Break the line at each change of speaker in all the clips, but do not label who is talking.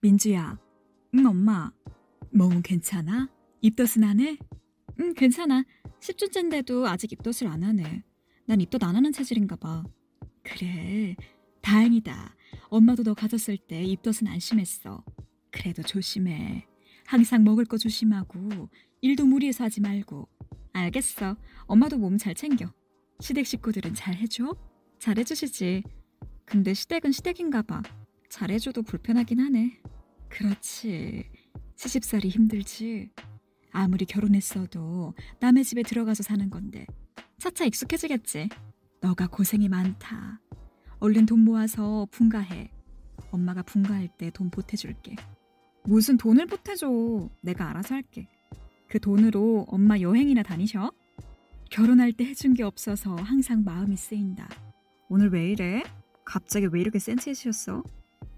민주야. 응, 엄마. 멍 괜찮아? 입덧은 안 해? 응, 괜찮아. 10주째인데도 아직 입덧을 안 하네. 난 입덧 안 하는 체질인가 봐. 그래. 다행이다. 엄마도 너 가졌을 때 입덧은 안심했어. 그래도 조심해. 항상 먹을 거 조심하고 일도 무리해서 하지 말고. 알겠어. 엄마도 몸 잘 챙겨. 시댁 식구들은 잘 해줘? 잘 해주시지. 근데 시댁은 시댁인가 봐. 잘해줘도 불편하긴 하네. 그렇지. 시집살이 힘들지. 아무리 결혼했어도 남의 집에 들어가서 사는 건데 차차 익숙해지겠지. 너가 고생이 많다. 얼른 돈 모아서 분가해. 엄마가 분가할 때 돈 보태줄게. 무슨 돈을 보태줘. 내가 알아서 할게. 그 돈으로 엄마 여행이나 다니셔. 결혼할 때 해준 게 없어서 항상 마음이 쓰인다. 오늘 왜 이래? 갑자기 왜 이렇게 센 체시였어?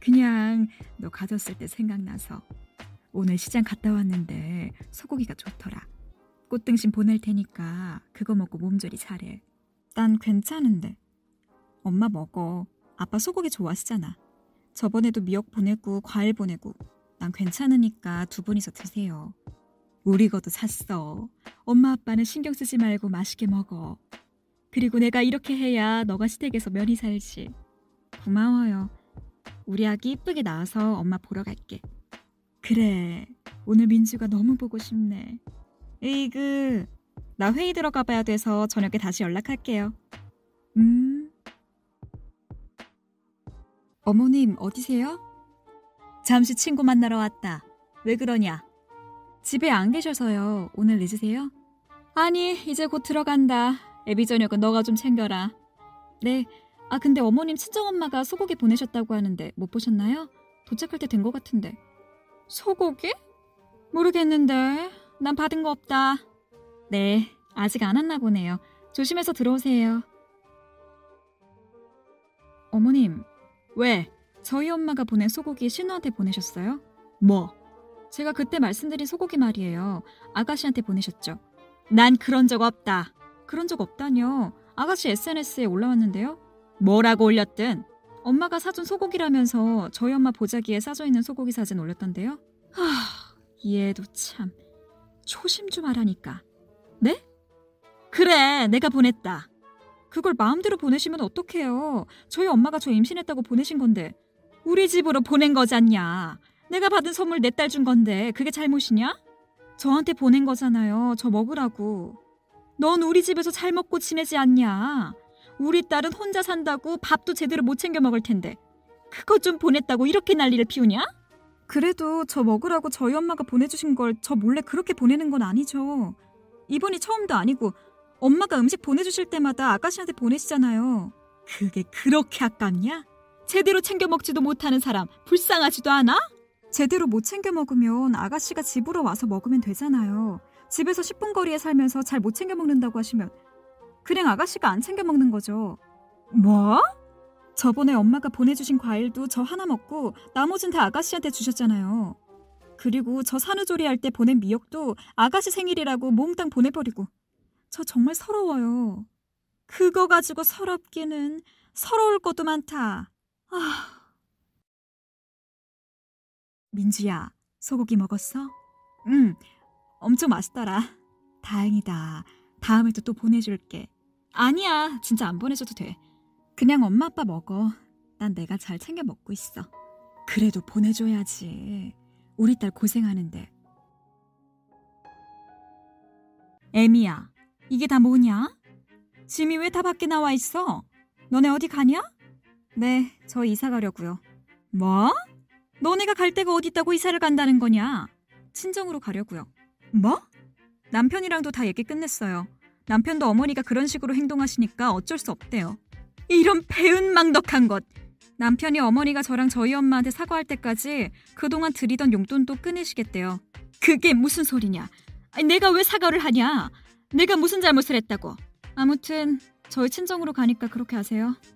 그냥 너 가졌을 때 생각나서 오늘 시장 갔다 왔는데 소고기가 좋더라. 꽃등심 보낼 테니까 그거 먹고 몸조리 잘해. 난 괜찮은데. 엄마 먹어. 아빠 소고기 좋아하시잖아. 저번에도 미역 보내고 과일 보내고 난 괜찮으니까 두 분이서 드세요. 우리 것도 샀어. 엄마 아빠는 신경 쓰지 말고 맛있게 먹어. 그리고 내가 이렇게 해야 너가 시댁에서 면이 살지. 고마워요. 우리 아기 이쁘게 낳아서 엄마 보러 갈게. 그래. 오늘 민주가 너무 보고 싶네. 에이그. 나 회의 들어가 봐야 돼서 저녁에 다시 연락할게요. 음. 어머님, 어디세요? 잠시 친구 만나러 왔다. 왜 그러냐? 집에 안 계셔서요. 오늘 늦으세요? 아니, 이제 곧 들어간다. 애비 저녁은 너가 좀 챙겨라. 네. 아, 근데 어머님 친정엄마가 소고기 보내셨다고 하는데 못 보셨나요? 도착할 때 된 것 같은데. 소고기? 모르겠는데. 난 받은 거 없다. 네. 아직 안 왔나 보네요. 조심해서 들어오세요. 어머님, 왜? 저희 엄마가 보낸 소고기 신우한테 보내셨어요? 뭐? 제가 그때 말씀드린 소고기 말이에요. 아가씨한테 보내셨죠? 난 그런 적 없다. 그런 적 없다뇨. 아가씨 SNS에 올라왔는데요. 뭐라고 올렸든. 엄마가 사준 소고기라면서 저희 엄마 보자기에 싸져 있는 소고기 사진 올렸던데요. 하, 얘도 참. 초심 좀 하라니까. 네? 그래, 내가 보냈다. 그걸 마음대로 보내시면 어떡해요. 저희 엄마가 저 임신했다고 보내신 건데. 우리 집으로 보낸 거잖냐. 내가 받은 선물 내 딸 준 건데 그게 잘못이냐? 저한테 보낸 거잖아요. 저 먹으라고. 넌 우리 집에서 잘 먹고 지내지 않냐? 우리 딸은 혼자 산다고 밥도 제대로 못 챙겨 먹을 텐데 그거 좀 보냈다고 이렇게 난리를 피우냐? 그래도 저 먹으라고 저희 엄마가 보내주신 걸 저 몰래 그렇게 보내는 건 아니죠. 이번이 처음도 아니고 엄마가 음식 보내주실 때마다 아가씨한테 보내시잖아요. 그게 그렇게 아깝냐? 제대로 챙겨 먹지도 못하는 사람 불쌍하지도 않아? 제대로 못 챙겨 먹으면 아가씨가 집으로 와서 먹으면 되잖아요. 집에서 10분 거리에 살면서 잘 못 챙겨 먹는다고 하시면 그냥 아가씨가 안 챙겨 먹는 거죠. 뭐? 저번에 엄마가 보내주신 과일도 저 하나 먹고 나머진 다 아가씨한테 주셨잖아요. 그리고 저 산후조리 할 때 보낸 미역도 아가씨 생일이라고 몽땅 보내버리고 저 정말 서러워요. 그거 가지고 서럽기는 서러울 것도 많다. 아. 민주야, 소고기 먹었어? 응, 엄청 맛있더라. 다행이다. 다음에도 또 보내줄게. 아니야, 진짜 안 보내줘도 돼. 그냥 엄마 아빠 먹어. 난 내가 잘 챙겨 먹고 있어. 그래도 보내줘야지. 우리 딸 고생하는데. 에미야, 이게 다 뭐냐? 짐이 왜 다 밖에 나와 있어? 너네 어디 가냐? 네, 저 이사 가려고요. 뭐? 너네가 갈 데가 어디 있다고 이사를 간다는 거냐? 친정으로 가려고요. 뭐? 남편이랑도 다 얘기 끝냈어요. 남편도 어머니가 그런 식으로 행동하시니까 어쩔 수 없대요. 이런 배은망덕한 것. 남편이 어머니가 저랑 저희 엄마한테 사과할 때까지 그동안 드리던 용돈도 끊으시겠대요. 그게 무슨 소리냐? 아니, 내가 왜 사과를 하냐? 내가 무슨 잘못을 했다고? 아무튼 저희 친정으로 가니까 그렇게 하세요.